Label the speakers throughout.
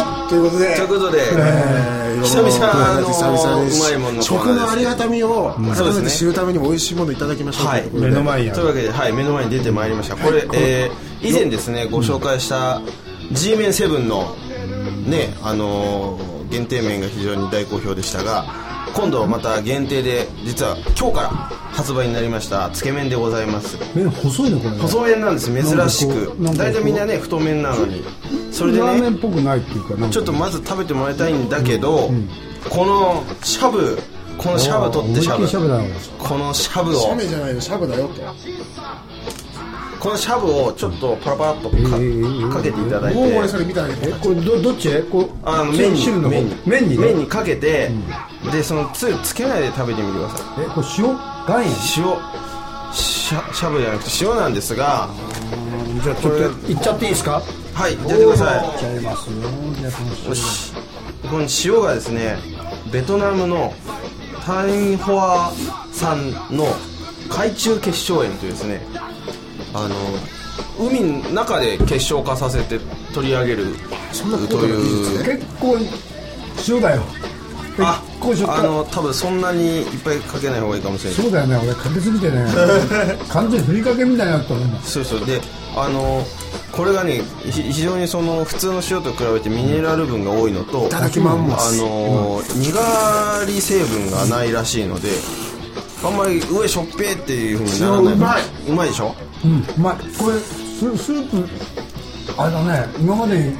Speaker 1: で
Speaker 2: ということで、
Speaker 1: えー
Speaker 2: 久々の
Speaker 1: に
Speaker 2: うまいもんの
Speaker 1: 食のありがたみを
Speaker 2: そう
Speaker 1: 改め
Speaker 2: ですね
Speaker 1: て知るためにも美味しいものいただきましょうと
Speaker 2: はいいう
Speaker 1: こと
Speaker 3: 目
Speaker 1: で
Speaker 3: の前にあ
Speaker 2: という
Speaker 3: る
Speaker 2: わけで、はい、目の前に出てまいりましたこれ、えー以前ですねご紹介した G メン7のねあのー限定麺が非常に大好評でしたが今度また限定で実は今日から発売になりましたつけ麺でございます
Speaker 3: 麺細いねこれね
Speaker 2: 細麺なんです珍しく
Speaker 3: なんかこうなんかこう
Speaker 2: 大体みんなね太麺なのにそれで
Speaker 3: ラーメ
Speaker 2: ね
Speaker 3: ンっぽくないっていうかなんか
Speaker 2: ちょっとまず食べてもらいたいんだけど、このしゃぶこのしゃぶ取ってしゃ
Speaker 3: 思いっき
Speaker 2: ぶ
Speaker 3: りしゃぶだよ
Speaker 2: このしゃぶを
Speaker 1: シャメじゃないのシャブだよって
Speaker 2: このしゃぶをちょっとパラパラっとか,、
Speaker 3: ー
Speaker 2: かけていただいて
Speaker 1: もう俺それ見たら
Speaker 3: えこれどどっちこう
Speaker 2: あの麺に
Speaker 3: 汁の方
Speaker 2: 麺に
Speaker 3: 麺にね
Speaker 2: 麺にかけて、でそのつつけないで食べてみてください
Speaker 3: えこれ塩岩塩
Speaker 2: 塩しゃしゃぶじゃなくて塩なんですが
Speaker 3: じゃあちょっといっちゃっていいですか
Speaker 2: はい出てくだ
Speaker 3: いっ
Speaker 2: さ
Speaker 3: ちゃいますよじゃあこの
Speaker 2: い
Speaker 3: 塩
Speaker 2: よしこの塩がですねベトナムのタインホア産の海中結晶塩というですねあの海の中で結晶化させて取り上げる
Speaker 1: そんなこと
Speaker 2: という
Speaker 3: 結構塩だよ
Speaker 2: あ
Speaker 3: 結構塩
Speaker 2: あ
Speaker 3: 辛
Speaker 2: の多分そんなにいっぱいかけない方がいいかもしれない
Speaker 3: そうだよね俺かけすぎ てね完全にふりかけみたいになったもん
Speaker 2: そうそうであのこれがねひ非常にその普通の塩と比べてミネラル分が多いのと
Speaker 1: ただきまんも
Speaker 2: あ
Speaker 1: す
Speaker 2: のにがり成分がないらしいのであんまり上しょっぺーっていうふうにならない
Speaker 1: 塩うまいう
Speaker 2: まいでしょ
Speaker 3: うんうまいこれススープあれだね今まで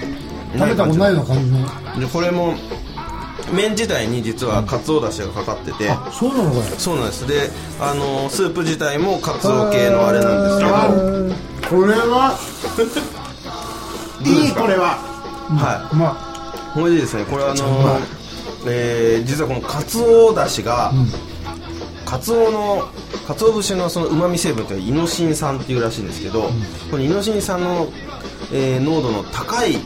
Speaker 3: 食べたことないような感じの
Speaker 2: でこれも麺自体に実は鰹だしがかかってて
Speaker 3: あそうなのこれ
Speaker 2: そうなんですであのスープ自体も鰹系のあれなんですけど
Speaker 1: これはいいこれは
Speaker 2: はい
Speaker 3: ま
Speaker 2: これでですねこれはあのーえー実はこのカツオだしが、カツオのカツオ節のその旨味成分というのはイノシン酸っていうらしいんですけど、このイノシン酸の、えー濃度の高いイ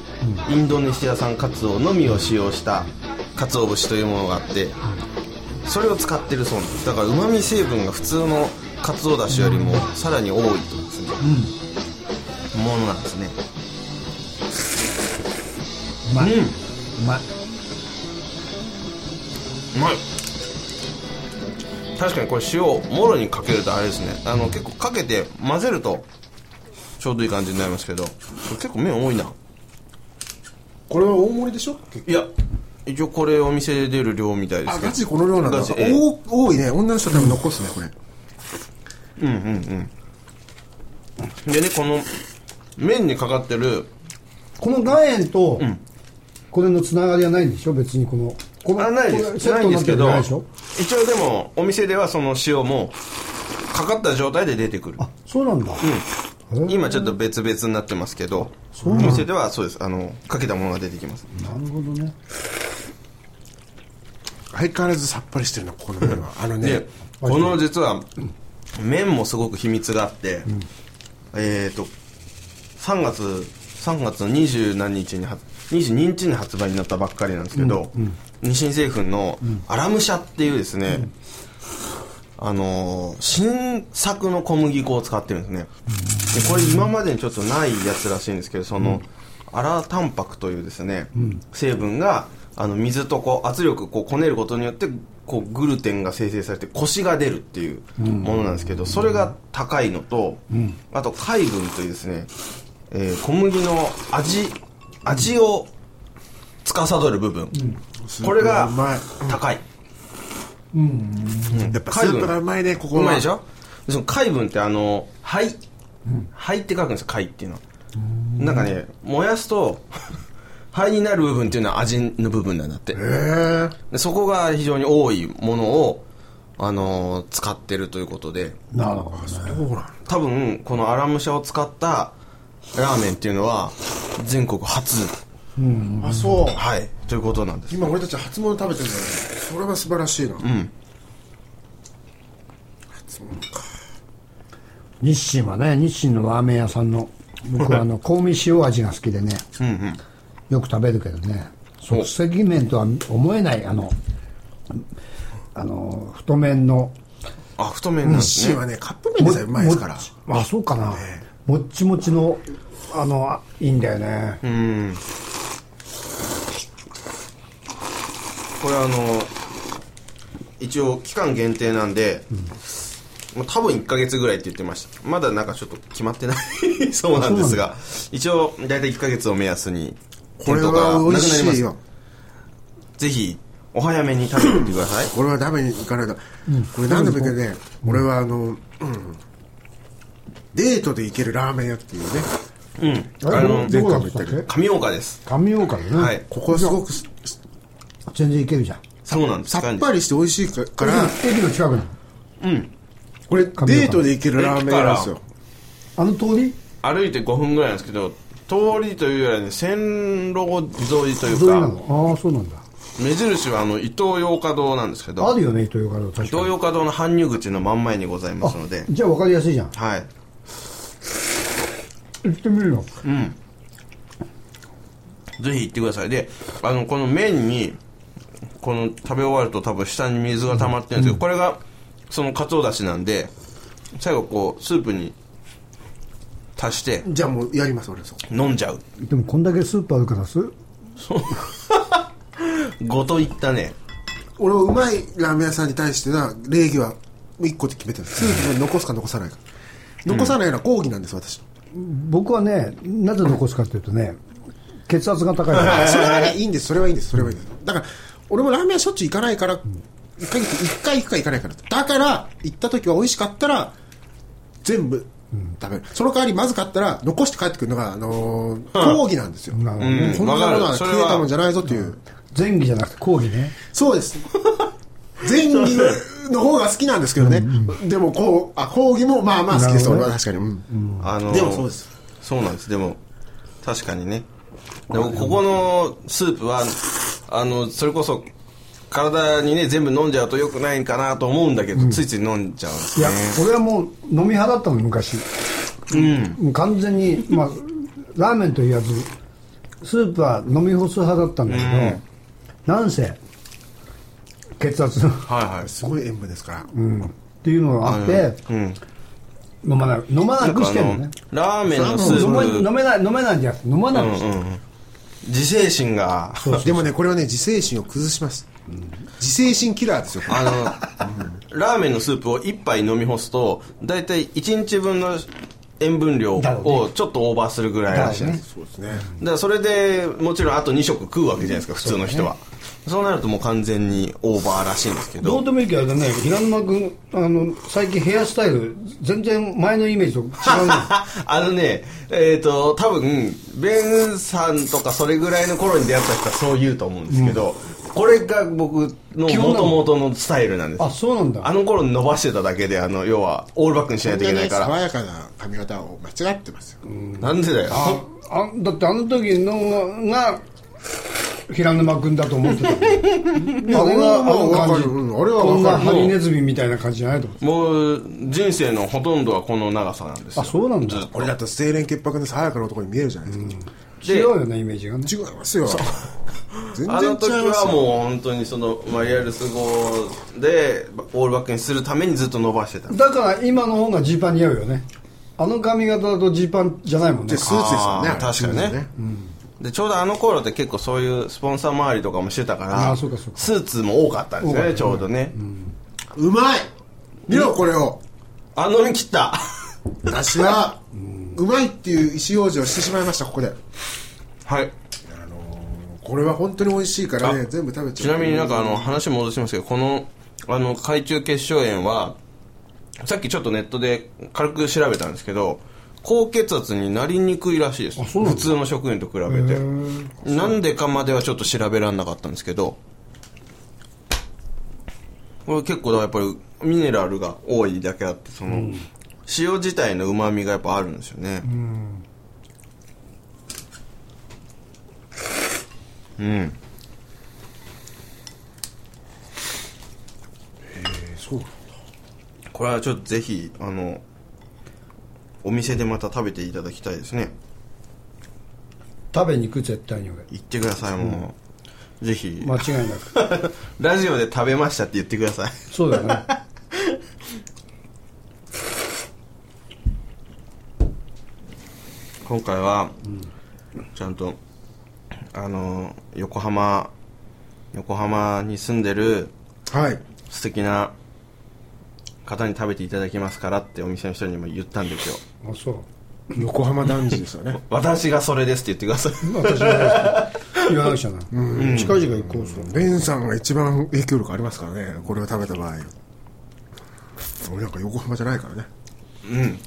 Speaker 2: ンドネシア産カツオのみを使用したカツオ節というものがあってそれを使ってるそうなんですだから旨味成分が普通のカツオだしよりもさらに多いとですね、ものなんですね
Speaker 3: うまい
Speaker 2: うん
Speaker 3: うまいう
Speaker 2: まい確かにこれ塩をもろにかけるとあれですねあの結構かけて混ぜるとちょうどいい感じになりますけどこれ結構麺多いな
Speaker 1: これは大盛りでしょ
Speaker 2: いや一応これお店で出る量みたいです
Speaker 1: あ
Speaker 2: けど
Speaker 1: ガチでこの量なんだ
Speaker 2: ガチええ
Speaker 1: お多いね女の人多分残すねこれ
Speaker 2: うんうんうんでねこの麺にかかってる
Speaker 3: この岩塩とこれのつながりはないんでしょ別にこのこの
Speaker 2: あないで
Speaker 3: これ
Speaker 2: す
Speaker 3: セッ
Speaker 2: ない
Speaker 3: ト
Speaker 2: ん
Speaker 3: に
Speaker 2: で
Speaker 3: なっ
Speaker 2: す
Speaker 3: て
Speaker 2: け
Speaker 3: るの
Speaker 2: ど
Speaker 3: ないでしょ
Speaker 2: 一応でもお店ではその塩もかかった状態で出てくる
Speaker 3: そうなんだ
Speaker 2: うん今ちょっと別々になってますけどお店ではそうですあのかけたものが出てきます
Speaker 3: なるほどね
Speaker 1: 相変わらずさっぱりしてるなこの麺はあのね
Speaker 2: でこの実は麺もすごく秘密があって、えっ、と3月3月の20何日には22日に発売になったばっかりなんですけど、日清製粉のアラムシャっていうですね、あのー新作の小麦粉を使ってるんですね、でこれ今までにちょっとないやつらしいんですけどその、アラタンパクというですね、成分があの水とこう圧力こうこねることによってこうグルテンが生成されてコシが出るっていうものなんですけど、それが高いのと、あと海分というですね、えー小麦の味味を司る部分、これが
Speaker 1: うまい
Speaker 2: 高い、
Speaker 1: やっぱスープがうまいねここは
Speaker 2: うまいでしょでその海分ってあの灰灰って書くんですよ貝っていうのはなんかね燃やすと 灰になる部分っていうのは味の部分なんだって
Speaker 1: へえ
Speaker 2: でそこが非常に多いものを、あのー使ってるということで
Speaker 3: なるほどね
Speaker 1: そうなんだ
Speaker 2: 多分このアラムシャを使ったラーメンっていうのは全国初
Speaker 1: あそう
Speaker 2: はいということなんです
Speaker 1: 今俺たち初物食べてるんだよねそれは素晴らしいなうん初物か
Speaker 3: 日清はね日清のラーメン屋さんの僕はあ の香味塩味が好きでね
Speaker 2: うんうん
Speaker 3: よく食べるけどね即席麺とは思えないあのあの太麺の
Speaker 2: あ太麺なんです
Speaker 1: シー
Speaker 2: ね
Speaker 1: はねカップ麺でさえうまいですから
Speaker 3: もあそうかなもっちもちのあのあいいんだよね
Speaker 2: うんこれあの一応期間限定なんで、もう多分1ヶ月ぐらいって言ってましたまだなんかちょっと決まってない そうなんですが一応大体1ヶ月を目安に
Speaker 1: これ
Speaker 2: 店頭から
Speaker 1: は美味
Speaker 2: なくな
Speaker 1: しい
Speaker 2: り
Speaker 1: よ
Speaker 2: ま。すぜひお早めに食べてみてください
Speaker 1: これは食べに行かないと。これ何度も言うけどね、俺はあの、うんデートで行けるラーメン屋っていうね、
Speaker 3: あれ
Speaker 2: あの
Speaker 3: どこだったっけ
Speaker 2: 神岡です
Speaker 3: 神岡でね、
Speaker 2: はい
Speaker 1: ここはすごくす
Speaker 3: 全然行けるじゃん
Speaker 2: そうなんです
Speaker 1: さっぱりして美味しいか
Speaker 3: こ
Speaker 1: か
Speaker 3: れ
Speaker 1: ら、
Speaker 3: 駅の近くなの
Speaker 1: これ
Speaker 3: 岡
Speaker 1: デートで行けるラーメン屋なんですよ。
Speaker 3: あの通り
Speaker 2: 歩いて5分ぐらいなんですけど通りというよりはね線路沿いとい
Speaker 3: 通り
Speaker 2: う
Speaker 3: な
Speaker 2: か
Speaker 3: のああそうなんだ
Speaker 2: 目印はあの伊東洋華堂なんですけど
Speaker 3: あるよね伊東洋華堂確
Speaker 2: 伊東
Speaker 3: か
Speaker 2: 洋華堂の搬入口の真ん前にございますので
Speaker 3: にじゃあ分かりやすいじゃん
Speaker 2: はい
Speaker 3: 行ってみるよ
Speaker 2: ぜひ行ってくださいであのこの麺にこの食べ終わると多分下に水が溜まってるんですけど、これがその鰹だしなんで最後こうスープに足して
Speaker 1: じゃあもうやります、俺そう。
Speaker 2: 飲んじゃう
Speaker 3: でもこんだけスープあるからす
Speaker 2: ごといったね
Speaker 1: 俺はうまいラーメン屋さんに対しては礼儀は1個って決めてるスープを残すか残さないか残さないのは抗議なんです私
Speaker 3: 僕はねなぜ残すかっていうとね血圧が高い から
Speaker 1: それはねいいんですそれはいいんですそれはいいんですだから俺もラーメン屋しょっちゅう行かないから1ヶ月1回行くか行かないからだから行った時は美味しかったら全部食べるその代わりまずかったら残して帰ってくるのが、あのー、抗議なんですよ、
Speaker 3: なるほどね
Speaker 1: こんなもの
Speaker 2: わか
Speaker 1: は
Speaker 2: るそれ
Speaker 1: 食
Speaker 2: は
Speaker 1: えたもんじゃないぞという、
Speaker 3: 前儀じゃなくて講義ね
Speaker 1: そうです前儀の方が好きなんですけどね、でもこうあ抗議もまあまあ好きです、
Speaker 3: なる
Speaker 1: 俺
Speaker 3: ほど
Speaker 1: は確かに、うん
Speaker 2: あの
Speaker 1: でもそうです
Speaker 2: そうなんですでも確かにねでもここのスープはあのそれこそ体にね全部飲んじゃうとよくないんかなと思うんだけど、ついつい飲んじゃうんです
Speaker 3: いや
Speaker 2: ね
Speaker 3: 俺はもう飲み派だったの昔もう完全にまあラーメンと言わずスープは飲み干す派だったんだけど、なんせ血圧っ
Speaker 2: はいはい
Speaker 1: すごい塩分ですから、
Speaker 3: ていうのがあって、飲まない飲まなくしてるのね
Speaker 2: あのラーメンのス
Speaker 3: 飲ま
Speaker 2: ープ
Speaker 3: 飲めない飲めないんじゃなくて飲まなくして、
Speaker 2: 自制心が
Speaker 1: でもねこれはね自制心を崩します、自制心キラーですよこれ
Speaker 2: あの ラーメンのスープを1杯飲み干すと大体1日分の塩分量
Speaker 3: だろう
Speaker 2: をちょっとオーバーするぐらい
Speaker 3: だ
Speaker 2: ら
Speaker 3: か
Speaker 2: しい
Speaker 3: ら
Speaker 2: ん
Speaker 3: ね
Speaker 2: です
Speaker 1: そうですね
Speaker 2: だからそれでもちろんあと2食食うわけじゃないですか普通の人はそうなるともう完全にオーバーらしいんですけ
Speaker 3: ど
Speaker 2: ど
Speaker 3: うでもいいけどね平沼君あの最近ヘアスタイル全然前のイメージと 違うね
Speaker 2: あのね、えっ、と、多分、ベンさんとかそれぐらいの頃に出会った人はそう言うと思うんですけど、これが僕の
Speaker 3: 基本なの
Speaker 2: 元々のスタイルなんです。
Speaker 3: あそうなん
Speaker 2: あ
Speaker 3: だ
Speaker 2: の頃伸ばしてただけで、あの、要は、オールバックにしないといけないか
Speaker 1: こん
Speaker 2: ら。
Speaker 1: ね爽やかな髪型を間違ってますよ、
Speaker 2: なんでだよ。
Speaker 3: ああだってあの時のが平沼君だと思って たあれがあの感じ
Speaker 1: うん俺は
Speaker 3: こん
Speaker 1: 分
Speaker 3: な
Speaker 1: かる
Speaker 3: ハリネズミみたいな感じじゃないと思って
Speaker 2: もう、人生のほとんどはこの長さなんです
Speaker 3: あ
Speaker 2: よ。
Speaker 3: そうなんだ
Speaker 2: ずっと
Speaker 1: 俺だと清廉潔白で爽やかな男に見えるじゃないですか、
Speaker 3: 違うよねイメージがね
Speaker 1: 違いますよ全然
Speaker 2: あ
Speaker 1: 違い
Speaker 2: の
Speaker 1: ます
Speaker 2: 時は
Speaker 1: よ
Speaker 2: もう本当にそのマリアルス号でオールバックにするためにずっと伸ばしてた
Speaker 3: だから今の方がジーパン似合うよねあの髪型だとジーパンじゃないもんね
Speaker 1: でスーツですよね
Speaker 2: あー確かにね
Speaker 1: スーツです
Speaker 2: でちょうどあの頃って結構そういうスポンサー周りとかもしてたから
Speaker 3: あーそうかそうか
Speaker 2: スーツも多かったんですよねちょうどね、
Speaker 1: うまい見ろこれを
Speaker 2: あ飲み切った
Speaker 1: 私はうまいっていう意思表示をしてしまいましたここで
Speaker 2: はい
Speaker 1: これは本当に美味しいからね
Speaker 2: あ
Speaker 1: 全部食べちゃ
Speaker 2: ち
Speaker 1: う
Speaker 2: なみになんかあの話戻しますけどこのあの海中結晶炎はさっきちょっとネットで軽く調べたんですけど高血圧になりにくいらしいです
Speaker 3: そうなん
Speaker 2: 普
Speaker 3: だ
Speaker 2: 通の職員と比べてなんでかまではちょっと調べられなかったんですけどこれ結構だからやっぱりミネラルが多いだけあってその、塩自体のうまみがやっぱあるんですよねうん
Speaker 1: そうなんだ
Speaker 2: これはちょっとぜひあのお店でまた食べていただきたいですね
Speaker 3: 食べに行く絶対に俺
Speaker 2: 行ってくださいもう、ぜひ、
Speaker 3: 間違いなく
Speaker 2: ラジオで食べましたって言ってください
Speaker 3: そうだよね
Speaker 2: 今回は、ちゃんとあの横浜横浜に住んでる
Speaker 1: はい。
Speaker 2: 素敵な方に食べていただきますからってお店の人にも言ったんですよ
Speaker 3: あそう
Speaker 1: 横浜男児ですよね。
Speaker 2: 私がそれですって言ってください
Speaker 3: 私は言わなくちゃな、近々行こうそう
Speaker 1: レンさんが一番影響力ありますからね、これを食べた場合。俺なんか横浜じゃないからね。
Speaker 2: うん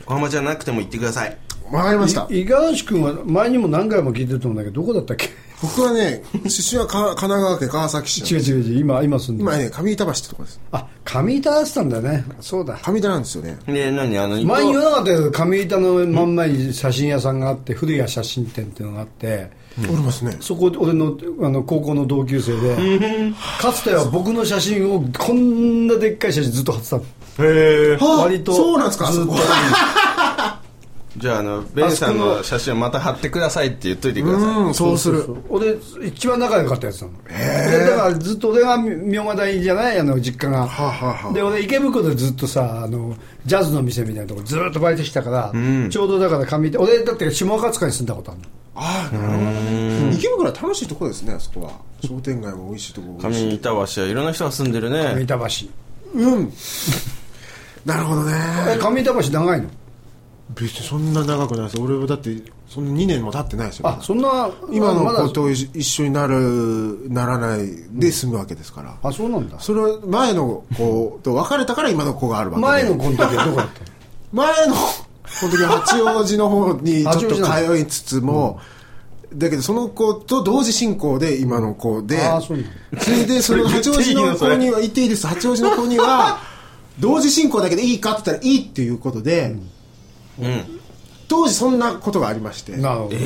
Speaker 2: 横浜じゃなくても言ってください
Speaker 1: わかりました。
Speaker 3: い五十嵐君は前にも何回も聞いてると思うんだけどどこだったっけ
Speaker 1: 僕はね、出身はか神奈川県川崎市
Speaker 3: 違う。違う違う今今住んでる
Speaker 1: 今ね、上板橋ってとこです。
Speaker 3: あ上板あってたんだねそうだ
Speaker 1: 上板なんですよね。
Speaker 2: で何あの
Speaker 3: 前に言わなかったけど上板の真ん前に写真屋さんがあって古谷写真店っていうのがあって
Speaker 1: おりますね。
Speaker 3: そこで俺のあの高校の同級生でかつては僕の写真をこんなでっかい写真ずっと貼ってたの
Speaker 2: へえ
Speaker 1: あ
Speaker 3: 割と
Speaker 1: そうなんですか
Speaker 3: ずっと
Speaker 1: あそ
Speaker 2: じゃああのベンさん
Speaker 3: あそこ
Speaker 2: の
Speaker 3: の
Speaker 2: 写真をまた貼ってくださいって言っといてくださ
Speaker 1: うん、そうする。
Speaker 3: 俺一番仲良かったやつなのでだからずっと俺が明賀台じゃないあの実家が、
Speaker 1: はあはあはあ
Speaker 3: で俺池袋でずっとさあのジャズの店みたいなとこずっとバイトしてたから、ちょうどだから上板俺だって下赤塚に住んだことあるの
Speaker 1: ああ、なるほど。池袋は楽しいところですね、あそこは。商店街も美味しいとこ
Speaker 2: い
Speaker 1: ろ多い
Speaker 2: 上
Speaker 1: し。
Speaker 2: 板橋はいろんな人が住んでる
Speaker 3: 上
Speaker 2: ね
Speaker 3: 板橋
Speaker 1: うん。なるほどね。
Speaker 3: え上板橋長いの
Speaker 1: 別にそんな長くないです。俺はだって、そんな2年も経ってないですよ。
Speaker 3: あそんな
Speaker 1: 今の
Speaker 3: まだ
Speaker 1: 子と一一緒になる、ならないで済むわけですから。
Speaker 3: あそうなんだ
Speaker 1: それは前の子と別れたから今の子があるわけで。
Speaker 3: 前のこの時はどこだったの
Speaker 1: 前の、この時は八王子の方にちょっと通いつつも、だけどその子と同時進行で今の子で、
Speaker 3: ああそうなんだ
Speaker 1: それでその八王子の子には言っていいです八王子の子には同時進行だけでいいかって言ったらいいっていうことで、
Speaker 2: うん
Speaker 1: 当時そんなことがありまして
Speaker 3: なるほど、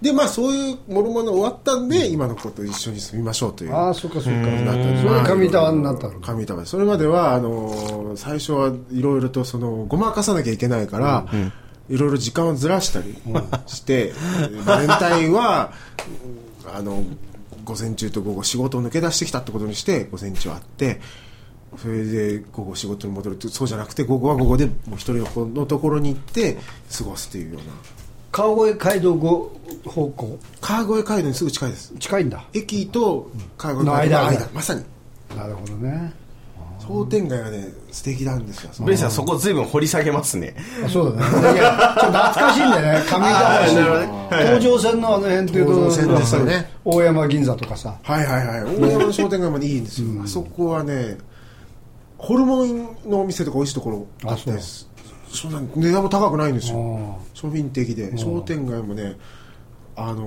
Speaker 1: でまあそういうもろもろ終わったんで今の子と一緒に住みましょうという
Speaker 3: ああそっかそっか
Speaker 1: なったんです
Speaker 3: それで上板になったの
Speaker 1: 上板橋それまではあのー最初はいろいろとそのごまかさなきゃいけないから、いろいろ時間をずらしたりして、バレンタインはあの午前中と午後仕事を抜け出してきたってことにして午前中あってそれで午後仕事に戻るとそうじゃなくて午後は午後でもう一人の子のところに行って過ごすっていうような
Speaker 3: 川越街道ご方向
Speaker 1: 川越街道にすぐ近いです
Speaker 3: 近いんだ
Speaker 1: 駅と川越街道の
Speaker 3: の間
Speaker 1: 間まさに
Speaker 3: なるほどね
Speaker 1: 商店街がね素敵なんですよその
Speaker 2: ベンさんそこ随分掘り下げますね
Speaker 3: あそうだね。いや、ちょっと懐かしいんだよね。上
Speaker 2: あーなるほど
Speaker 3: 板
Speaker 2: ね
Speaker 3: 橋。東上線のあの辺っていうと、
Speaker 1: 東上線ですよね
Speaker 3: 大山銀座とかさ。
Speaker 1: はいはいはい大山の商店街までいいんですよ、あそこはねホルモンのお店とか美味しいところあったりすそんな値段も高くないんで
Speaker 3: あ
Speaker 1: すよ
Speaker 3: ー
Speaker 1: 庶民的で商店街もねあのー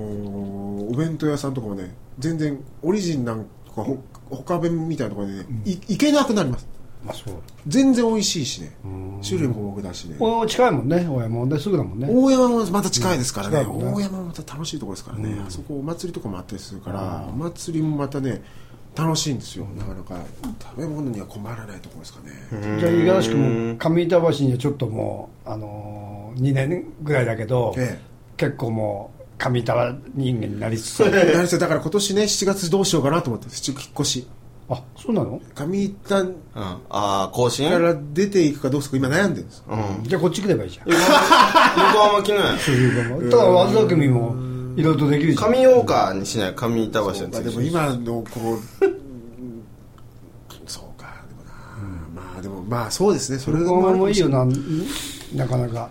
Speaker 1: お弁当屋さんとかもね全然オリジンなんかほ他弁みたいなところでね、い行けなくなります
Speaker 3: まあそう。
Speaker 1: 全然美味しいしね種類も豊富だしね
Speaker 3: この近いもんね、大山もね。すぐだもんね。
Speaker 1: 大山もまた近いですから
Speaker 3: う
Speaker 1: ね,、
Speaker 3: ん近いもんね
Speaker 1: 大山もまた楽しいところですからね、あそこお祭りとかもあったりするから、お祭りもまたね楽しいんですよなかなか食べ物には困らないところですかね、
Speaker 3: じゃあ、五十嵐君も上板橋にはちょっともう、あのー、2年ぐらいだけど
Speaker 1: ええ、
Speaker 3: 結構もう、上板人間になりつつある。
Speaker 1: 何せだから今年ね7月どうしようかなと思って引っ越し
Speaker 3: あ、そうなの
Speaker 1: 上板
Speaker 2: うんああー更新
Speaker 1: か
Speaker 2: 横
Speaker 1: ら出ていくかどうするか今悩んでるんです
Speaker 3: じゃあ、こっち来ればいいじゃん。
Speaker 2: 浜来ない
Speaker 3: ただ、和田組も、いろいろとできるじゃん。
Speaker 2: 上岡にしない上板橋に
Speaker 1: そうかでも今のこううんそうかでもな、まあでもまあそうですねそれ
Speaker 3: 横浜もいいよ
Speaker 1: な
Speaker 3: な、なかなか。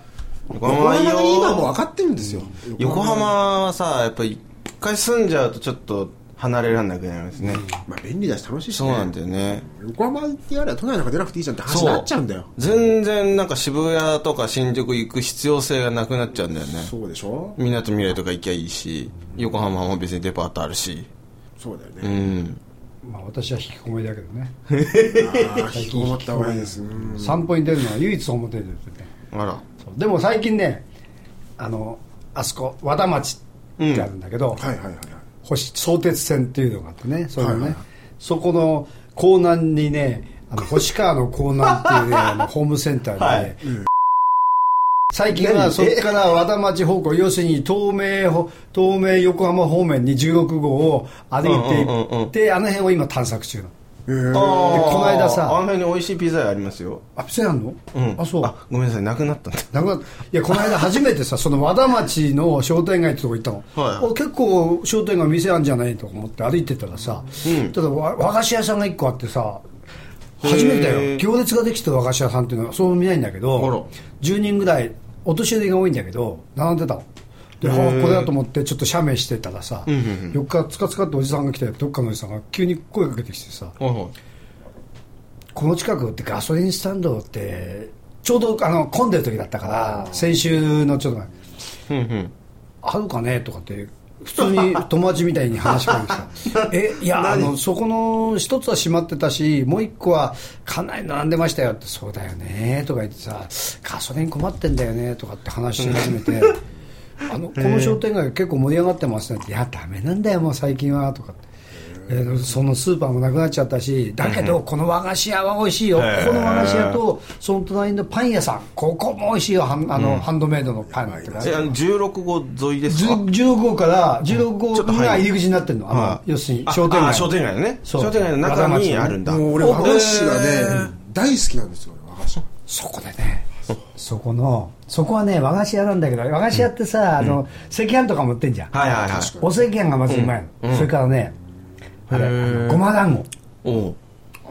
Speaker 2: 横
Speaker 1: 横
Speaker 2: 浜
Speaker 1: 浜
Speaker 2: いいよ
Speaker 1: に今もう分かってるんですよ、
Speaker 2: 横浜はさやっぱり一回住んじゃうとちょっと離れられなくなりますね、
Speaker 1: まあ便利だし楽しいし、
Speaker 2: そう
Speaker 1: ね、
Speaker 2: なんだよね
Speaker 1: 横浜ってやれば都内なんか出なくていいじゃんって話
Speaker 2: そ
Speaker 1: になっちゃうんだよ
Speaker 2: 全然なんか渋谷とか新宿行く必要性がなくなっちゃうんだよね
Speaker 1: そうでしょ
Speaker 2: みなとみらいとか行きゃいいし横浜も別にデパートあるし
Speaker 1: そうだよ
Speaker 2: う
Speaker 1: ね、
Speaker 2: ん
Speaker 3: まあ、私は引きこもりだけどね。
Speaker 1: ああ引きこもった方がいいです、うん
Speaker 3: 散歩に出るのは唯一表に出てるね
Speaker 2: あら
Speaker 3: そうでも最近ねあのあそこ和田町ってあるんだけど、
Speaker 1: はいはいはいはい
Speaker 3: 星相鉄線っていうのがあってねそれのね、
Speaker 1: はいはい
Speaker 3: そこの港南にねあの星川の港南って いうねあのホームセンターでね、
Speaker 2: はい
Speaker 3: 最近はそこから和田町方向要するに東名ほ東名横浜方面に16号を歩いていって、
Speaker 2: うんうんうんうん
Speaker 3: あの辺を今探索中なの
Speaker 1: えー
Speaker 2: あー
Speaker 3: この間さ
Speaker 2: あの辺に美味しいピザ屋ありますよ、
Speaker 3: あ店あんの、
Speaker 2: うん、
Speaker 3: あそう
Speaker 2: あごめんなさいなくなったんだ
Speaker 3: なくなったいやこの間初めてさその和田町の商店街ってとこ行ったの、
Speaker 2: はい
Speaker 3: お結構商店街店あるんじゃないと思って歩いてたらさ、ただわ和菓子屋さんが一個あってさ初めてだ
Speaker 2: へ
Speaker 3: よ
Speaker 2: ー
Speaker 3: 行列ができてる和菓子屋さんっていうのはそう見ないんだけ
Speaker 2: あら
Speaker 3: ど10人ぐらいお年寄りが多いんだけど並んでたのであーこれだと思ってちょっと写メしてたらさ、
Speaker 2: んうんうん
Speaker 3: よっかつかつかっておじさんが来てどっかのおじさんが急に声かけてきてさ
Speaker 2: はいはい
Speaker 3: この近くってガソリンスタンドってちょうどあの混んでる時だったから先週のちょっと前
Speaker 2: うんうん
Speaker 3: あるかねとかって普通 に友達みたいに話しかけてきたえいやあのそこの一つは閉まってたしもう一個はかなり並んでましたよってそうだよねとか言ってさガソリン困ってんだよねとかって話し始め て。あのこの商店街結構盛り上がってますねって、いや、ダメなんだよ、もう最近はとかって、えーそのスーパーもなくなっちゃったし、だけど、この和菓子屋は美味しいよ、こ
Speaker 2: へー
Speaker 3: この和菓子屋と、その隣のパン屋さん、ここも美味しいよ、はんあのハンドメイドのパンってか、
Speaker 2: えあの16号沿いですか
Speaker 3: 16号から16
Speaker 2: ちょ
Speaker 3: 号
Speaker 2: っと入る
Speaker 3: が入り口になってるの、あの
Speaker 2: はい
Speaker 3: 要するに
Speaker 2: あ
Speaker 3: 商店
Speaker 2: あ
Speaker 3: 街
Speaker 2: 商店街ね
Speaker 3: そう
Speaker 2: 商店街の中にあるんだ
Speaker 1: もう俺和菓子がね大好きなんですよ俺和菓子
Speaker 3: そこでねそこのそこはね和菓子屋なんだけど和菓子屋ってさ、あの赤飯とかも売ってんじゃん、
Speaker 2: はいはいはい
Speaker 1: 確か
Speaker 3: お赤飯がまずうまいの、それからねあれあのごま団子
Speaker 2: おう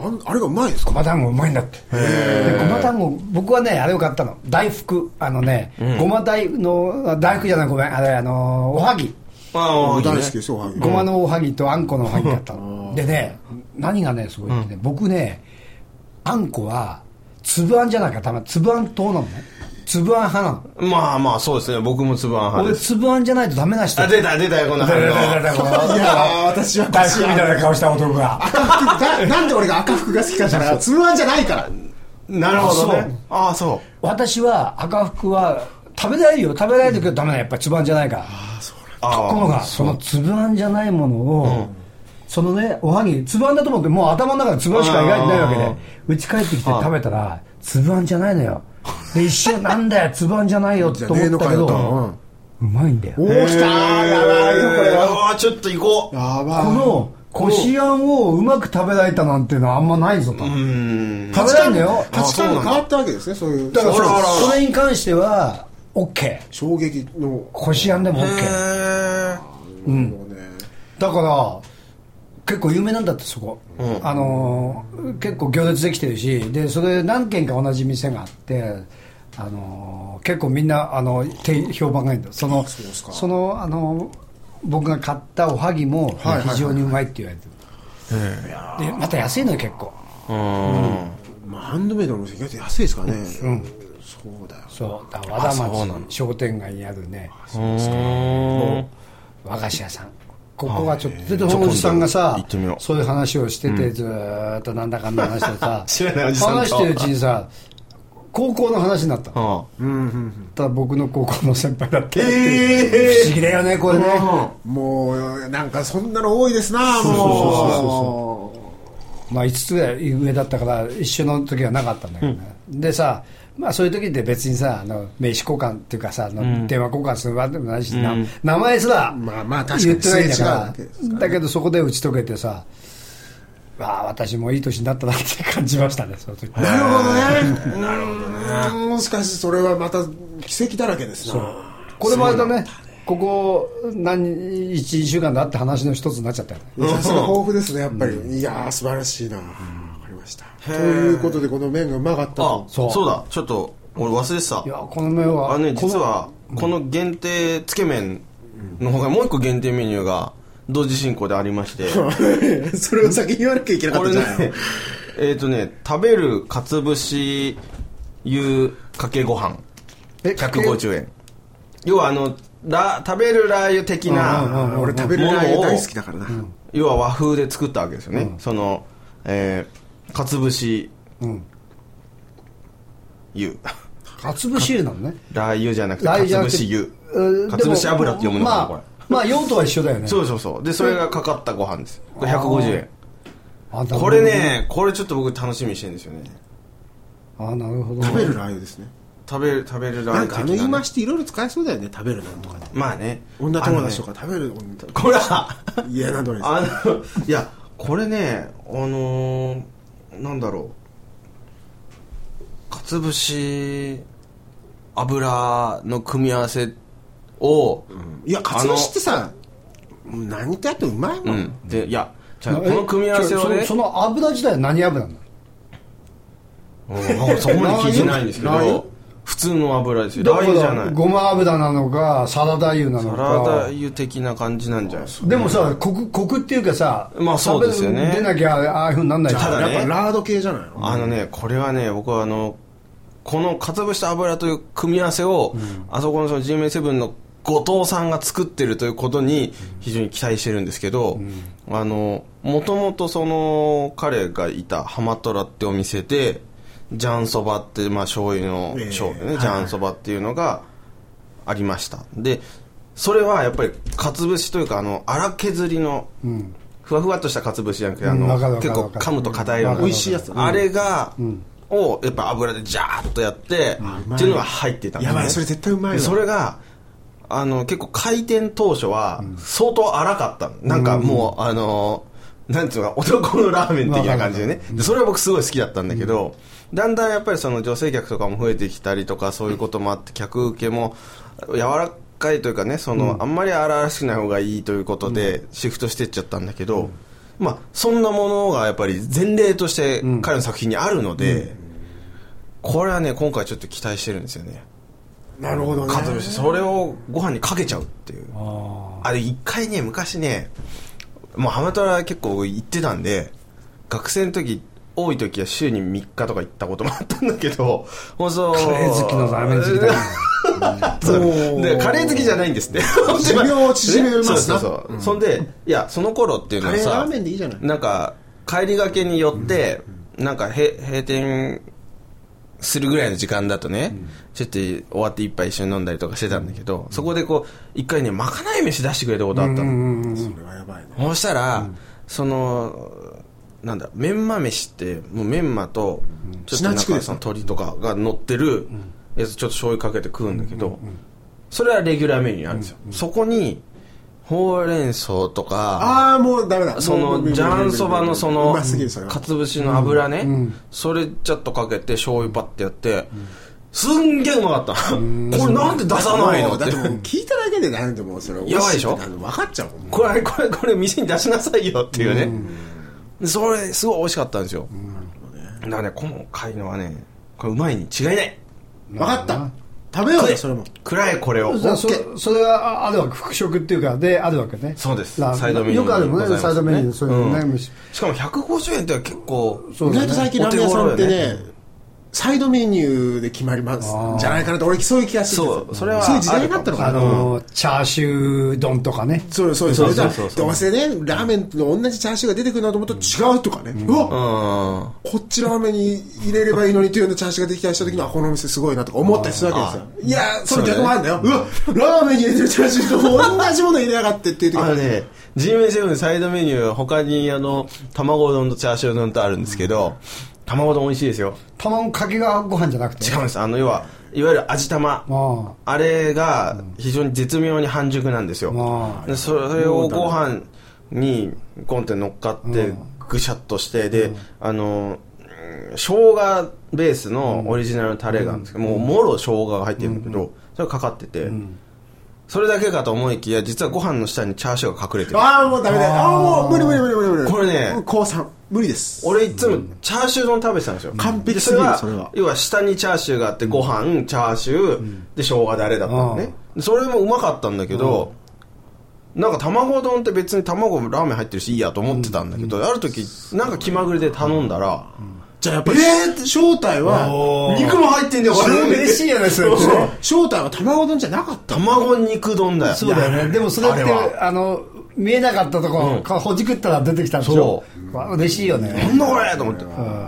Speaker 1: あんあれがうまいです
Speaker 3: ご
Speaker 1: か
Speaker 3: ま団子うまいんだってでごま団子僕はねあれを買ったの大福あのね、ごま大のあ大福じゃないごめんあれあのおはぎ
Speaker 2: ああい
Speaker 1: 大
Speaker 2: いね
Speaker 1: 好きですよ和菓
Speaker 3: ごまのおはぎとあんこのおはぎだったの。でね、何がね、すごいってね、僕ね、あんこは、粒あんじゃないから、たまに粒あん党なのね。粒あん派なの。
Speaker 2: まあまあそうですね僕もつぶあん派
Speaker 3: 俺、
Speaker 2: です
Speaker 3: 粒あんじ ゃないとダメな人。
Speaker 2: あ出た出たよこの反応
Speaker 1: いやー私は
Speaker 3: 大福みたいな顔した男が。
Speaker 1: 子だなんで俺が赤服が好きかじゃないつぶあんじゃないから
Speaker 2: なるほどねああそう
Speaker 3: 私は赤福は、食べられるよ。食べられるけどダメだよ。やっぱ粒あんじゃないから。と
Speaker 2: あ
Speaker 3: ころ
Speaker 2: あ
Speaker 3: が、その粒あんじゃないものを、そのね、おはぎ、粒あんだと思って、もう頭の中で粒あんしか描いてないわけ
Speaker 2: あ
Speaker 3: で
Speaker 2: ー、
Speaker 3: うち帰ってきて食べたら、粒あんじゃないのよ。で、一瞬、なんだよ、粒あんじゃないよって思ったけ
Speaker 1: じゃねえのか
Speaker 3: ど、
Speaker 1: よ
Speaker 3: うまいんだよ。
Speaker 1: とうんおー来たーやばいよこれは
Speaker 2: ああちょっと行こう
Speaker 1: やばい
Speaker 3: この、こしあんをうまく食べられたなんていうのはあんまないぞと。
Speaker 2: うーん
Speaker 3: 食べられんだよ。
Speaker 1: 価値
Speaker 2: あそう
Speaker 1: 観が
Speaker 2: なんだ
Speaker 1: 変わったわけですねそういう
Speaker 3: だから
Speaker 2: あらあらあら
Speaker 3: そ、それに関しては、OK。
Speaker 1: 衝撃の
Speaker 3: こしあんでも OK。
Speaker 2: へ
Speaker 1: もうね
Speaker 3: だから結構有名なんだってそこ、
Speaker 2: ん
Speaker 3: あのー結構行列できてるしでそれ何軒か同じ店があってあのー結構みんなあのて評判がいいんだその
Speaker 1: そうですか
Speaker 3: そのあのー僕が買ったおはぎも
Speaker 1: はいはいは
Speaker 3: 非
Speaker 1: い
Speaker 3: 常にうまいって言われてる、でまた安いのよ結構
Speaker 2: えうん
Speaker 1: まあハンドメイドのお店意外と安いですからね
Speaker 3: うん
Speaker 1: そうだよ
Speaker 3: そうだから和田
Speaker 2: そうな
Speaker 3: 町
Speaker 2: ん
Speaker 3: 商店街にあるね
Speaker 2: うん
Speaker 3: 和菓子屋さんここはちょっ
Speaker 2: あ
Speaker 3: と
Speaker 2: ー
Speaker 3: でそのおじさんがさ
Speaker 2: 行ってみよう
Speaker 3: そういう話をしててずーっとなんだかんだ話してさ
Speaker 2: 知らないおじさんと
Speaker 3: 話してるうちにさ高校の話になったの
Speaker 2: あ
Speaker 3: ただ僕の高校の先輩だって、
Speaker 2: ええ
Speaker 3: 不思議だよねこれね
Speaker 1: もうなんかそんなの多いですなもう
Speaker 3: まあ5つぐらい上だったから一緒の時はなかったんだけどね、でさまあそういう時って別にさあの名刺交換っていうかさあの電話交換するわけでもないし、な名前すら
Speaker 1: まあまあ確かに
Speaker 3: 言ってないんだ
Speaker 1: すれ違うわ
Speaker 3: か
Speaker 1: けですかららね
Speaker 3: だけどそこで打ち解けてさわあ私もいい年になったなって感じましたねその時
Speaker 1: なるほどね。なるほどね。しかし、それはまた奇跡だらけですな。
Speaker 3: これもあれだねここ何一週間であって話の一つになっちゃったよね
Speaker 1: いやさすが豊富ですね、やっぱり。いやー、素晴らしいな。わかりました。ということで、この麺がうまかった
Speaker 2: あ
Speaker 1: と。
Speaker 3: そう
Speaker 2: そうだちょっと俺忘れてた
Speaker 3: いやこの目は
Speaker 2: あのね
Speaker 3: この
Speaker 2: 実はこの限定つけ麺の他にもう一個限定メニューが同時進行でありま して
Speaker 1: それを先に言わなきゃいけなか
Speaker 2: こ
Speaker 1: った
Speaker 2: れ
Speaker 1: じゃ
Speaker 2: ね
Speaker 1: ないの
Speaker 2: えっとね食べるかつぶし湯かけご飯
Speaker 3: え
Speaker 2: 150円要はあのラ食べるラー油的
Speaker 3: うんうんうん
Speaker 2: な
Speaker 1: 俺、食べるラー油大好きだからな。
Speaker 2: 要は和風で作ったわけですよね、その、えー、かつぶし
Speaker 3: うん
Speaker 2: 湯
Speaker 3: かつぶし湯なのね
Speaker 2: ラー油じゃなくて
Speaker 3: ラー
Speaker 2: か
Speaker 3: 油じ
Speaker 2: つ
Speaker 3: ゃな
Speaker 2: ぶ
Speaker 3: くて
Speaker 2: し湯
Speaker 3: うん
Speaker 2: かつぶし油って読むのかな
Speaker 3: でも
Speaker 2: これ、
Speaker 3: まあまあ用途は一緒だよね
Speaker 2: そうそうそうでそれがかかったご飯ですこれ150円
Speaker 3: あなるほど
Speaker 2: これねこれちょっと僕楽しみにしてるんですよね
Speaker 3: あなるほど
Speaker 1: 食べるラー油ですね。
Speaker 2: 食べる食べるラー
Speaker 1: なん
Speaker 2: 油
Speaker 1: か、あ
Speaker 2: 的
Speaker 1: の
Speaker 2: なね
Speaker 1: 言い回しっていろいろ使えそうだよね、食べるなんとかね。
Speaker 2: まあね
Speaker 1: 女友達とか
Speaker 2: あ
Speaker 1: 食べる女と
Speaker 2: のねこれは
Speaker 1: か。いや、なんとか
Speaker 2: あのいやこれねあのーなんだろうかつぶし油の組み合わせを、
Speaker 1: いや、かつぶしってさ、何とやってもうまいも。
Speaker 2: うんんでいやじゃあこの組み合わせをね
Speaker 3: そその油自体は何油なの
Speaker 2: うんなんかそこまで聞いてないんですけ
Speaker 1: ラー油
Speaker 2: ど普通の油ですよラー油じゃない
Speaker 3: ごま油なのかサラダ油なの
Speaker 2: サ
Speaker 3: か
Speaker 2: ラダ油的な感じなんじゃないですか
Speaker 3: でもさコクコクっていうかさ
Speaker 2: まあそうですよね
Speaker 3: 食べ出なきゃああいうふうになんないじゃん
Speaker 2: ただね
Speaker 1: やっぱラード系じゃないの
Speaker 2: あのねこれはね僕はあのこのかつぶした油という組み合わせを、あそこのその GMA7 の後藤さんが作ってるということに非常に期待してるんですけど、あのもともとその彼がいたハマトラってお店でジャンそばってまあ醤油の
Speaker 1: ええ
Speaker 2: 醤油ね、ジャンそばっていうのがありましたでそれはやっぱりかつぶしというかあの粗削りの
Speaker 3: うん
Speaker 2: ふわふわっとしたかつぶしじゃなくてあ
Speaker 3: うんわ
Speaker 2: の
Speaker 3: かるわか
Speaker 2: 結
Speaker 3: る
Speaker 2: 構
Speaker 3: わかる
Speaker 2: 噛むと硬いような
Speaker 1: 美味しいやつ。
Speaker 2: あれが、をやっぱ油でジャーッとやって
Speaker 1: あうまい
Speaker 2: っていうのが入ってたんです
Speaker 1: や
Speaker 2: ね
Speaker 1: ばい、それ絶対うまい
Speaker 2: で
Speaker 1: わ。
Speaker 2: それがあの結構開店当初は相当荒かったの、なんかもう、あのなんていうのか男のラーメン的な感じでねでそれは僕すごい好きだったんだけど、だんだんやっぱりその女性客とかも増えてきたりとかそういうこともあって客受けも柔らかいというかねその、あんまり荒々しくない方がいいということでシフトしてっちゃったんだけど、まあ、そんなものがやっぱり前例として彼の作品にあるので、これはね今回ちょっと期待してるんですよね。
Speaker 1: なるほどね。
Speaker 2: かつぶしそれをご飯にかけちゃうっていう
Speaker 3: あ
Speaker 2: あれ一回ね昔ねもうハマトラ結構行ってたんで学生の時多い時は週に3日とか行ったこともあったんだけど放送
Speaker 3: カレー好きのラーメン好きだよ
Speaker 2: そうでカレー好きじゃないんですって
Speaker 1: 寿命を縮めますな
Speaker 2: ねそうそうそう、そんでいやその頃っていうの
Speaker 1: カ
Speaker 2: は
Speaker 1: レー
Speaker 2: さ
Speaker 1: ラーメンでいいじゃない。
Speaker 2: なんか帰りがけによって、なんかへ閉店するぐらいの時間だとね、ちょっと終わって一杯一緒に飲んだりとかしてたんだけど、そこでこう一回ねまかない飯出してくれたことあったの、
Speaker 1: それはやばいね。
Speaker 2: そうしたら、そのなんだメンマ飯ってもうメンマとちょっと
Speaker 1: シナチクで
Speaker 2: 中そ
Speaker 1: す
Speaker 2: の
Speaker 1: ね
Speaker 2: 鶏とかが乗ってるやつちょっと醤油かけて食うんだけど、それはレギュラーメニューにあるんですよ、そこにほうれん草とか
Speaker 1: ああ、もうダメだ。も
Speaker 2: そ
Speaker 1: うもう
Speaker 2: のジャンそばのそうの
Speaker 1: ますぎる、それは。
Speaker 2: かつぶしの油ね、それちょっとかけて醤油パッてやって、すんげえうまかった、これなんで出さないのっ
Speaker 1: だってもう
Speaker 2: て
Speaker 1: 聞いただけでなんでもうそれ
Speaker 2: やばいでし
Speaker 1: 美
Speaker 2: ょ
Speaker 1: 味ってなるの分かっちゃうもん。
Speaker 2: これこれこれ店に出しなさいよっていうね、それすごい美味しかったんですよ、だからね今回のはねこれうまいに違いない
Speaker 1: 分かった。食べようよ、それも。
Speaker 2: くらえこれを
Speaker 3: そそそれはああるわけ復食っていうかであるわけね
Speaker 2: そうです
Speaker 3: ラーメン
Speaker 2: サイドメニュー
Speaker 3: よくあるもん
Speaker 2: ござ
Speaker 3: ね
Speaker 2: います
Speaker 3: サイドメニューそういうのね、
Speaker 2: うん
Speaker 3: むし
Speaker 2: しかも150円って結構
Speaker 3: そう
Speaker 1: 意
Speaker 3: だね
Speaker 1: 外と最近ラーメン屋さんって
Speaker 2: お手
Speaker 1: ね、サイドメニューで決まりますんじゃないかなと、俺そういう気がしてきた
Speaker 2: そうそれは
Speaker 1: そういう時代になったの
Speaker 3: あ
Speaker 1: かな。
Speaker 3: のチャーシュー丼とかね
Speaker 1: そうそう
Speaker 2: そ
Speaker 1: そうう。
Speaker 2: そ
Speaker 1: じ
Speaker 2: う
Speaker 1: ゃ
Speaker 2: そう
Speaker 1: あどうせね、ラーメンと同じチャーシューが出てくるなと思ったら違うとかね。う
Speaker 2: う
Speaker 1: わ
Speaker 2: ん
Speaker 1: こっちラーメンに入れればいいのにというようなチャーシューができたりした時に、あ、このお店すごいなとか思ったりするわけですよ。いやー、その逆もあるんだよ。うわラーメンに入れてるチャーシューと同じもの入れやがってっていう時
Speaker 2: あ
Speaker 1: も
Speaker 2: のね、GM7 サイドメニュー、他にあの、卵丼とチャーシュー丼とあるんですけど、卵丼美味しいですよ。
Speaker 3: 卵かけがご飯じゃなくて
Speaker 2: 違うんです。あの、要は、いわゆる味玉。
Speaker 3: あ
Speaker 2: あれが非常に絶妙に半熟なんですよ。
Speaker 3: ああ
Speaker 2: でそれをご飯にゴンって乗っかってぐしゃっとしてで、あのうん生姜ベースのオリジナルのタレがあるんですけど、もうもろ生姜が入ってるんだけど、それがかかってて、それだけかと思いきや実はご飯の下にチャーシューが隠れてる
Speaker 1: ああ、もうダメだ。ああ、もう無理無理無理無理無理。
Speaker 2: これね
Speaker 1: 高三無理です。
Speaker 2: 俺いつもチャーシュー丼食べてたんですよ
Speaker 1: 完璧
Speaker 2: です
Speaker 1: ぎる
Speaker 2: は
Speaker 1: それは
Speaker 2: 要は下にチャーシューがあってご飯チャーシューで生姜だれだったのねでそれもうまかったんだけどなんか卵丼って別に卵ラーメン入ってるしいいやと思ってたんだけどある時なんか気まぐれで頼んだら
Speaker 1: じゃあやっぱり、えー、正体は、
Speaker 2: 肉も入ってんだよこれ
Speaker 3: 嬉しいよねそれ
Speaker 2: そう
Speaker 3: ね
Speaker 1: 正体は卵丼じゃなかった。
Speaker 2: 卵肉丼だよ
Speaker 3: そうだよねでもそれって
Speaker 2: あれは
Speaker 3: あの見えなかったとこ、かほじくったら出てきたんでしょわ嬉しいよ
Speaker 2: な
Speaker 3: ね
Speaker 2: んだこれと思ってう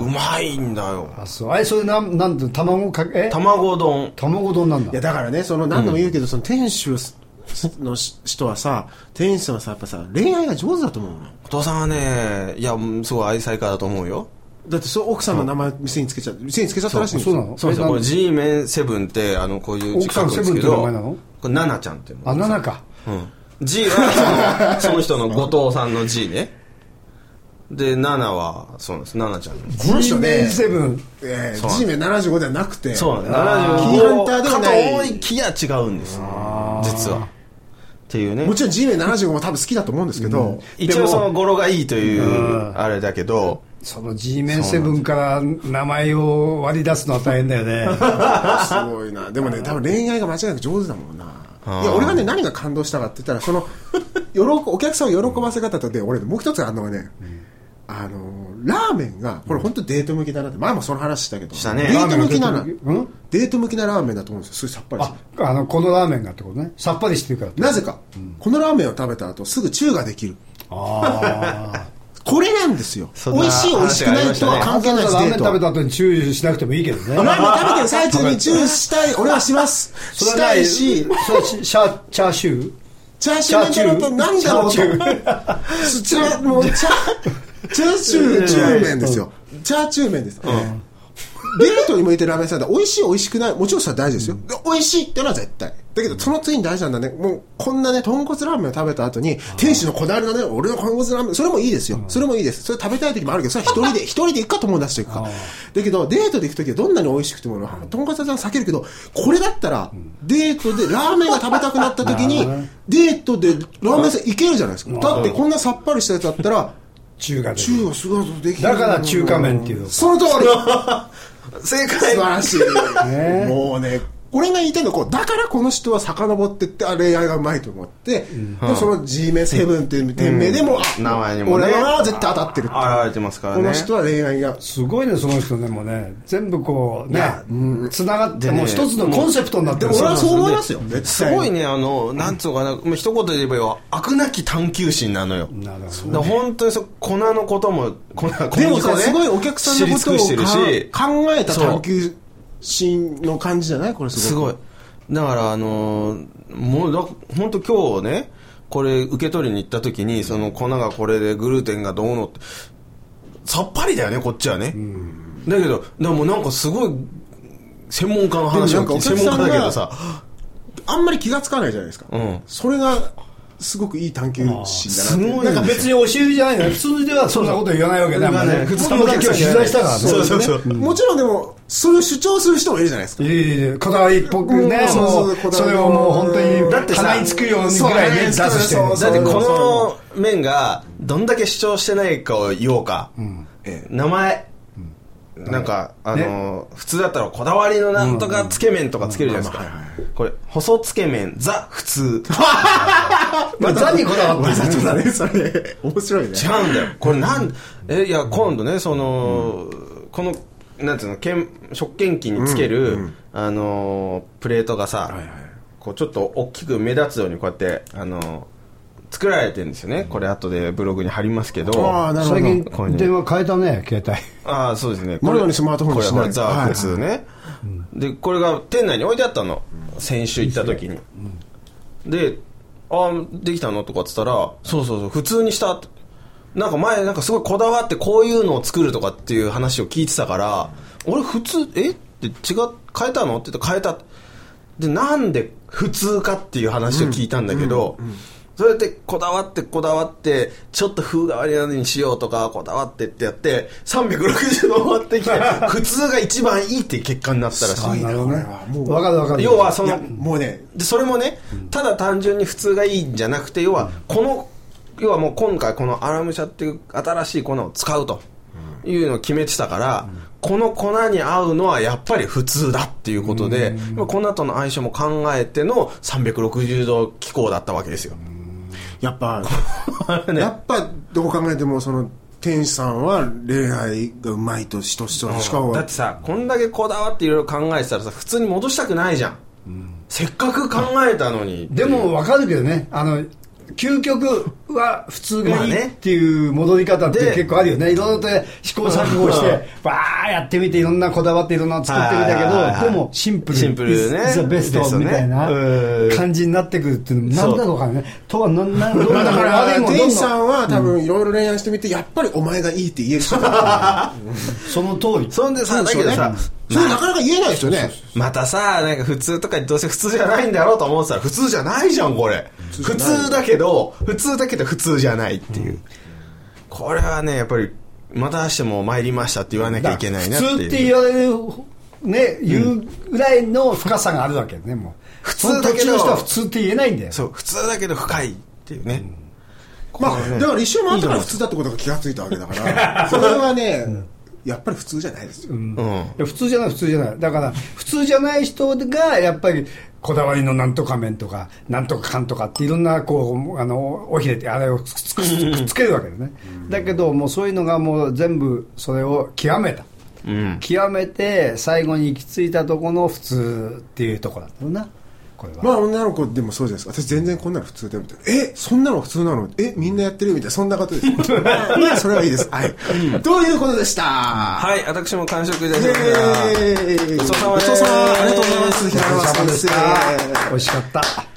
Speaker 2: まいんだよ
Speaker 3: あそうあれそれなんなんていうの卵かけえ
Speaker 2: 卵丼
Speaker 3: 卵丼なん
Speaker 1: いや
Speaker 3: だ
Speaker 1: だからね、その何度も言うけど、その店主のし人はさ、店主さんはさ、やっぱさ、恋愛が上手だと思うのよ。
Speaker 2: お父さんはねいやうんすごい愛妻家だと思うよ
Speaker 1: だってそう、奥さんの名前店につけちゃ、店につけちゃったらしいんで
Speaker 3: そ
Speaker 1: す
Speaker 3: うな
Speaker 1: よ。
Speaker 3: の
Speaker 2: そうです
Speaker 3: え
Speaker 2: よ、
Speaker 3: な
Speaker 2: こ
Speaker 3: ん
Speaker 2: れ G メンセブンって、あの、こういう字
Speaker 3: 奥さ
Speaker 2: 書
Speaker 3: ん
Speaker 2: くんですけ
Speaker 3: セブンって
Speaker 2: ど、
Speaker 3: 名前なの
Speaker 2: これ、ナナちゃんっていうの。
Speaker 3: あ7か
Speaker 2: うん。G はその、その人の後藤さんの G ね。で7はそうなんです7ちゃん
Speaker 1: この人ね
Speaker 3: G7
Speaker 1: えー、
Speaker 2: う
Speaker 1: G 面75ではなくて
Speaker 2: そうなんです
Speaker 1: キーハンターでは
Speaker 2: か
Speaker 1: ない
Speaker 2: と思いきや違うんです実はっていうね
Speaker 1: もちろん G 面75も多分好きだと思うんですけど、
Speaker 2: 一応その
Speaker 1: でも
Speaker 2: 語呂がいいという
Speaker 3: うん
Speaker 2: あれだけど
Speaker 3: その G メン7から名前を割り出すのは大変だよね
Speaker 1: すごいなでもね多分恋愛が間違いなく上手だもんな
Speaker 2: あー
Speaker 1: いや俺がね何が感動したかって言ったらその喜お客さんを喜ばせ方とで俺もう一つあるのがね、あのーラーメンがこれ本当デート向きだなって前もその話したけど
Speaker 2: したね
Speaker 1: デート向きな
Speaker 3: ラ
Speaker 1: ら
Speaker 3: ーメンのデート向きうん
Speaker 1: デート向きなラーメンだと思うんですよすごいさっぱりし
Speaker 3: あ
Speaker 1: て
Speaker 3: あのこのラーメンがってことねさっぱりしてるから
Speaker 1: なぜか、このラーメンを食べた後すぐチューができる
Speaker 3: ああ
Speaker 1: これなんですよ
Speaker 2: そん
Speaker 1: 美
Speaker 2: な
Speaker 1: 味しい美味しくないとは関係ないです
Speaker 3: ラーメン
Speaker 1: デート
Speaker 3: 食べ
Speaker 1: は
Speaker 3: た後に注意しなくてもいいけどね。
Speaker 1: ラーメン食べてる最中にチューしたい俺はします
Speaker 3: それ
Speaker 1: し
Speaker 3: はな
Speaker 1: たいし
Speaker 3: それしチャチャーシュー
Speaker 1: チャーシューメンタルと何だろうと
Speaker 3: チャーチュ。
Speaker 1: そちら、もう、チャー、チャーシュー、チューメンですよ。チャーチューメンです。デートに向いてるラーメン屋さんだ美味しい、美味しくない、もちろんそれは大事ですよ。で美味しいってのは絶対。だけど、その次に大事なんだね。もう、こんなね、豚骨ラーメンを食べた後に、店主のこだわりのね、俺の豚骨ラーメン、それもいいですよ。それもいいです。それ食べたい時もあるけど、それは一人で、一人で行くか友達と行くか。だけど、デートで行く時はどんなに美味しくても、あ豚骨屋さん避けるけど、これだったら、デートでラーメンが食べたくなった時に、デートでラーメン屋さん行けるじゃないですか。だって、こんなさっぱりしたやつだったら、
Speaker 3: 中華で。
Speaker 1: 中がすごいことできる
Speaker 3: だから中華麺っていうの
Speaker 1: その通り
Speaker 2: 正
Speaker 1: 素
Speaker 2: 解
Speaker 1: 晴らしい、
Speaker 3: ね
Speaker 1: もうね俺が言いたいのはこうだからこの人は遡ってってあ恋愛がうまいと思って、でその G メンセブンっていう店名でも、あ
Speaker 2: 名前にもね
Speaker 1: 俺は絶対当たってるって
Speaker 2: 現れてますから
Speaker 1: こ
Speaker 2: ね
Speaker 1: の人は恋愛が
Speaker 3: すごいね、その人ね、もうね、全部こう、ね、つながって、
Speaker 2: でね
Speaker 3: もう一つのコンセプトになってる
Speaker 1: でも俺はそう思い
Speaker 2: で
Speaker 1: ますよ絶対
Speaker 2: すごいねあのなんつうのかな、まあ一言で言えばよ悪なき探求心なのよ
Speaker 3: なるほどね
Speaker 2: だから本当にそう粉のことも粉小
Speaker 1: でも
Speaker 2: 麦粉
Speaker 1: さ、
Speaker 2: ね
Speaker 1: すごいお客さんのことを
Speaker 2: 知り尽くしてるし
Speaker 1: か考えた
Speaker 2: そう
Speaker 1: 探求心の感じじゃないこれ
Speaker 2: す
Speaker 1: すご
Speaker 2: ご
Speaker 1: い
Speaker 2: いだからあのーもうだ本当今日ねこれ受け取りに行った時にその粉がこれでグルテンがどうのってさっぱりだよねこっちはねだけどでもなんかすごい専門家の話を
Speaker 1: でもなんかお
Speaker 2: 専
Speaker 1: 客
Speaker 2: 門
Speaker 1: さんが
Speaker 2: 家だけどさ
Speaker 1: あんまり気がつかないじゃないですか、
Speaker 2: うん
Speaker 1: それがすごくいい探求心だなって
Speaker 2: すごい
Speaker 1: な
Speaker 3: なんんか
Speaker 1: か
Speaker 3: 別に教えるじゃないのよ普通ではそんなこと言わないわけないもんね。
Speaker 2: 普通
Speaker 3: 僕が今日取材したからね。
Speaker 2: そうそうそう
Speaker 1: ねもちろんでも、それを主張する人もいるじゃないですか。
Speaker 3: いえいえいえこだわりっぽくね、
Speaker 1: うんそうそう
Speaker 3: もう
Speaker 1: こだわ
Speaker 3: そ
Speaker 1: り
Speaker 3: れをもう本当
Speaker 1: だ
Speaker 2: って
Speaker 3: に
Speaker 2: さ
Speaker 3: 鼻につくようにぐらいね、出
Speaker 1: そう
Speaker 3: してる
Speaker 1: そう
Speaker 2: だってこ
Speaker 1: そ
Speaker 2: の面がどんだけ主張してないかを言おうか、
Speaker 1: え
Speaker 2: 名前、なんか、あのー普通だったらこだわりのなんとかつけ麺とかつけるじゃないです
Speaker 1: うんうんまあはい
Speaker 2: かこれ細つけ麺ザ普通
Speaker 3: まあ、ザにこだわって
Speaker 1: わ
Speaker 3: る
Speaker 1: ざとだね、それ。面白いね。
Speaker 2: 違うんだよこれなんえいや今度ねその、このなんていうのけん食券機につける、あのープレートがさ、こうちょっと大きく目立つようにこうやってあのー作られてるんですよね、これ後でブログに貼りますけど
Speaker 1: ああ、なるほ
Speaker 3: 最
Speaker 1: ど。
Speaker 2: こういう
Speaker 3: 近電
Speaker 2: の
Speaker 3: 話変えたね、携帯。
Speaker 2: ああそうですね
Speaker 1: もろにスマートフォン
Speaker 2: こ
Speaker 1: に
Speaker 2: れ
Speaker 1: し
Speaker 2: こ
Speaker 1: ない
Speaker 2: れザー普通ね、でこれが店内に置いてあったの、先週行った時に、で「ああできたの?」とかっつったら「そうそうそう普通にした」ってなんか前なんかすごいこだわってこういうのを作るとかっていう話を聞いてたから「俺普通えっ?」て違う変えたのって言って変えたでなんで普通かっていう話を聞いたんだけど、それでこだわってこだわってちょっと風変わりなのにしようとかこだわってってやって360度回 ってきて普通が一番いいっていう結果になったらし
Speaker 1: ごい
Speaker 2: い
Speaker 1: な
Speaker 3: るほどね
Speaker 1: これはもう
Speaker 3: わかるわかる。
Speaker 2: 要はそ
Speaker 1: いや、
Speaker 2: の
Speaker 1: もうね、
Speaker 2: でそれもねただ単純に普通がいいんじゃなくて要はこの要はもう今回このアラムシャっていう新しい粉を使うというのを決めてたからこの粉に合うのはやっぱり普通だっていうことでまあ粉との相性も考えての360度機構だったわけですよ
Speaker 1: やっぱ、 やっぱ、どこ考えても、その、天使さんは恋愛がうまいとしとしとしかも
Speaker 2: だってさこんだけこだわっていろいろ考えてたらさ普通に戻したくないじゃんせっかく考えたのに
Speaker 3: でもわかるけどね、あの、究極は普通がい
Speaker 2: まあ
Speaker 3: い
Speaker 2: ね
Speaker 3: っていう戻り方って
Speaker 2: で
Speaker 3: 結構あるよね。いろいろと試行錯誤し
Speaker 2: うん
Speaker 3: て、わーやってみていろんなこだわっていろんなの作ってみ
Speaker 2: はいはい
Speaker 3: た
Speaker 2: はいはい
Speaker 3: けど、でもシンプル。
Speaker 2: シンプルね
Speaker 3: is the
Speaker 2: です
Speaker 3: best
Speaker 2: よね
Speaker 3: みたいな
Speaker 2: うん
Speaker 3: 感じになってくるっていうの
Speaker 2: そう
Speaker 3: なんだろうかね。とは、なんなんどん
Speaker 1: まあ
Speaker 3: な
Speaker 1: だから、
Speaker 3: 悪いもんどんど
Speaker 1: 天
Speaker 3: ん
Speaker 1: 使さんは多分いろいろ恋愛してみて、やっぱりお前がいいって言える人だ
Speaker 3: その通り。
Speaker 2: そんでさだ
Speaker 1: と思
Speaker 2: け
Speaker 1: う
Speaker 2: ど
Speaker 1: よ
Speaker 2: さ
Speaker 1: ねそれなかなか言えないですよね。
Speaker 2: またさなんか普通とかどうせ普通じゃないんだろうと思ってたら普通じゃないじゃんこれ普通だけど普通だけど普通じゃないっていう、これはねやっぱりまたしても参りましたって言わなきゃいけないなって
Speaker 3: 普通って
Speaker 2: いう
Speaker 3: 言われる、ね、言うぐらいの深さがあるわけね、もう。普
Speaker 2: 通だけど
Speaker 3: の人は普通って言えないんだよ。
Speaker 2: そう普通だけど深いっていうね、
Speaker 1: まあ、だから一周回ったから普通だってことが気がついたわけだから、それはね、やっぱり普通じゃないですよ。
Speaker 2: うん
Speaker 3: いや普通じゃない、普通じゃない。だから、普通じゃない人が、やっぱり、こだわりのなんとか麺とか、なんとかかんとかって、いろんな、こう、あの、おひれって、あれをくっつくくっつけるわけだね。だけど、もうそういうのがもう全部、それを極めた。
Speaker 2: うん
Speaker 3: 極めて、最後に行き着いたところの普通っていうところだったよな、これは。
Speaker 1: まあ女の子でもそうじゃないですか。私全然こんなの普通だよみたいな。え、そんなの普通なのえ、みんなやってるみたいな。そんなこと です。まあまあ、それはいいです。はい。ということでした。は
Speaker 2: はい私も完食いた
Speaker 1: い
Speaker 2: しました
Speaker 1: えー、
Speaker 2: ごちそうさま
Speaker 1: ご
Speaker 2: で
Speaker 1: ち
Speaker 2: す
Speaker 1: そうさまありがとうございます。平
Speaker 3: お疲れ様
Speaker 1: 川
Speaker 3: で
Speaker 1: 先
Speaker 3: した
Speaker 1: 生。
Speaker 3: 美味しかった。